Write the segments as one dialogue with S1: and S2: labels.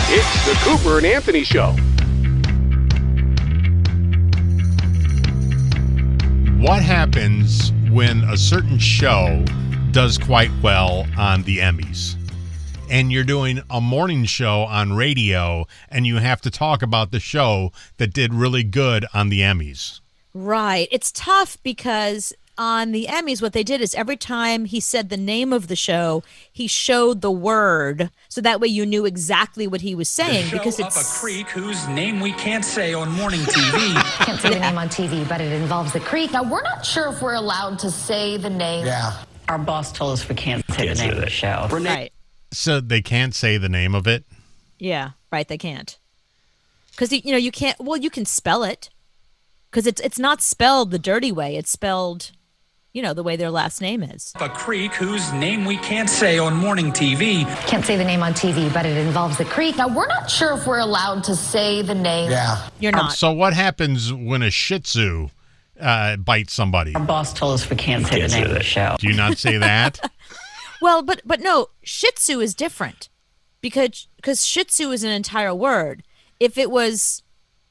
S1: It's the Cooper and Anthony Show.
S2: What happens when a certain show does quite well on the Emmys? And you're doing a morning show on radio, and you have to talk about the show that did really good on the Emmys.
S3: Right. It's tough because on the Emmys, what they did is every time he said the name of the show, he showed the word. So that way you knew exactly what he was saying
S4: show
S3: because
S4: up
S3: it's.
S4: a creek whose name we can't say on morning TV.
S5: Can't say the name on TV, but it involves the creek. Now, we're not sure if we're allowed to say the name.
S6: Yeah.
S7: Our boss told us we can't say the name of the show.
S3: Right.
S2: So they can't say the name of it.
S3: Yeah. Right. They can't. Because, you know, you can't. Well, you can spell it because it's, it's not spelled the dirty way. It's spelled, you know, the way their last name is.
S4: a creek whose name we can't say on morning TV.
S5: Can't say the name on TV, but it involves the creek. Now, we're not sure if we're allowed to say the name.
S6: Yeah.
S3: You're not.
S2: So what happens when a Shih Tzu uh, bites somebody?
S7: Our boss told us we can't say the name of the show.
S2: Do you not say that?
S3: Well, but but no, Shih Tzu is different because because Shih Tzu is an entire word. If it was,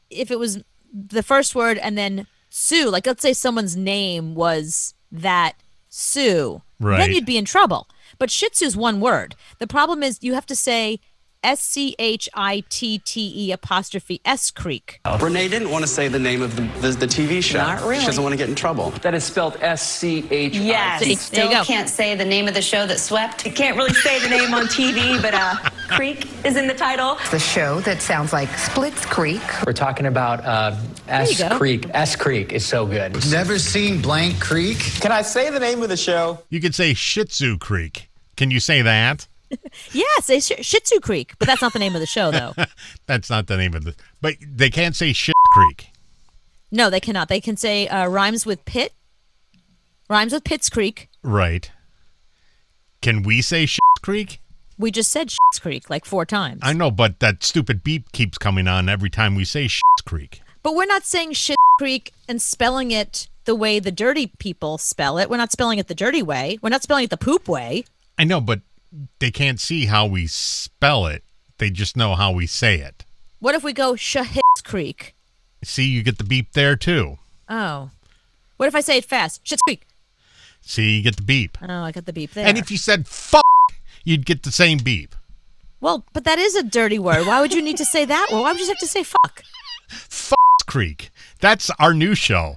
S3: if it was the first word and then Sue, like let's say someone's name was that Sue,
S2: Right.
S3: then you'd be in trouble. But Shih Tzu is one word. The problem is you have to say S C H I T T E apostrophe S Creek.
S8: Renee didn't want to say the name of the, the, the TV show.
S7: Not really.
S8: She doesn't want to get in trouble.
S9: That is spelled S C H.
S7: Yes.
S3: There you
S7: still
S3: go.
S7: can't say the name of the show that swept.
S10: You can't really say the name on TV, but uh, Creek is in the title.
S5: The show that sounds like Splits Creek.
S9: We're talking about uh, S
S3: you go.
S9: Creek. S Creek is so good.
S6: Never seen Blank Creek?
S8: Can I say the name of the show?
S2: You could say Shih Tzu Creek. Can you say that?
S3: Yeah, say Sh- Shih Tzu Creek, but that's not the name of the show though.
S2: That's not the name of the. But they can't say Shit Creek.
S3: No, they cannot. They can say uh, rhymes with pit, rhymes with Pitts Creek.
S2: Right. Can we say Shit Creek?
S3: We just said Shit's Creek like four times.
S2: I know, but that stupid beep keeps coming on every time we say Shit Creek.
S3: but we're not saying Shit Creek and spelling it the way the dirty people spell it. We're not spelling it the dirty way. We're not spelling it the poop way.
S2: I know, but they can't see how we spell it. They just know how we say it.
S3: What if we go Shahit's Creek?
S2: See, you get the beep there too.
S3: Oh. What if I say it fast? Shit's Creek.
S2: See, you get the beep.
S3: Oh, I got the beep there.
S2: And if you said fuck, you'd get the same beep.
S3: well, but that is a dirty word. Why would you need to say that? Well, why would you have to say fuck?
S2: Fuck Creek. That's our new show.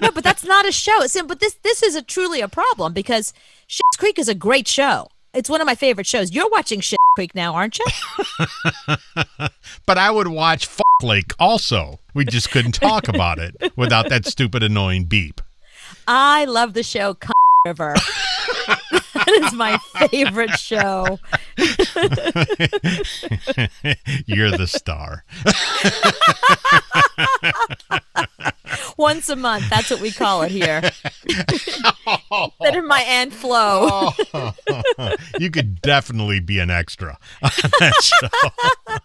S3: No, but that's not a show. It's, but this this is a truly a problem because Shit's Creek is a great show. It's one of my favorite shows. You're watching Shit Creek now, aren't you?
S2: But I would watch fuck Lake also. We just couldn't talk about it without that stupid annoying beep.
S3: I love the show Cunt River. that is my favorite show.
S2: You're the star.
S3: Once a month, that's what we call it here. that and my aunt Flo.
S2: you could definitely be an extra on that show.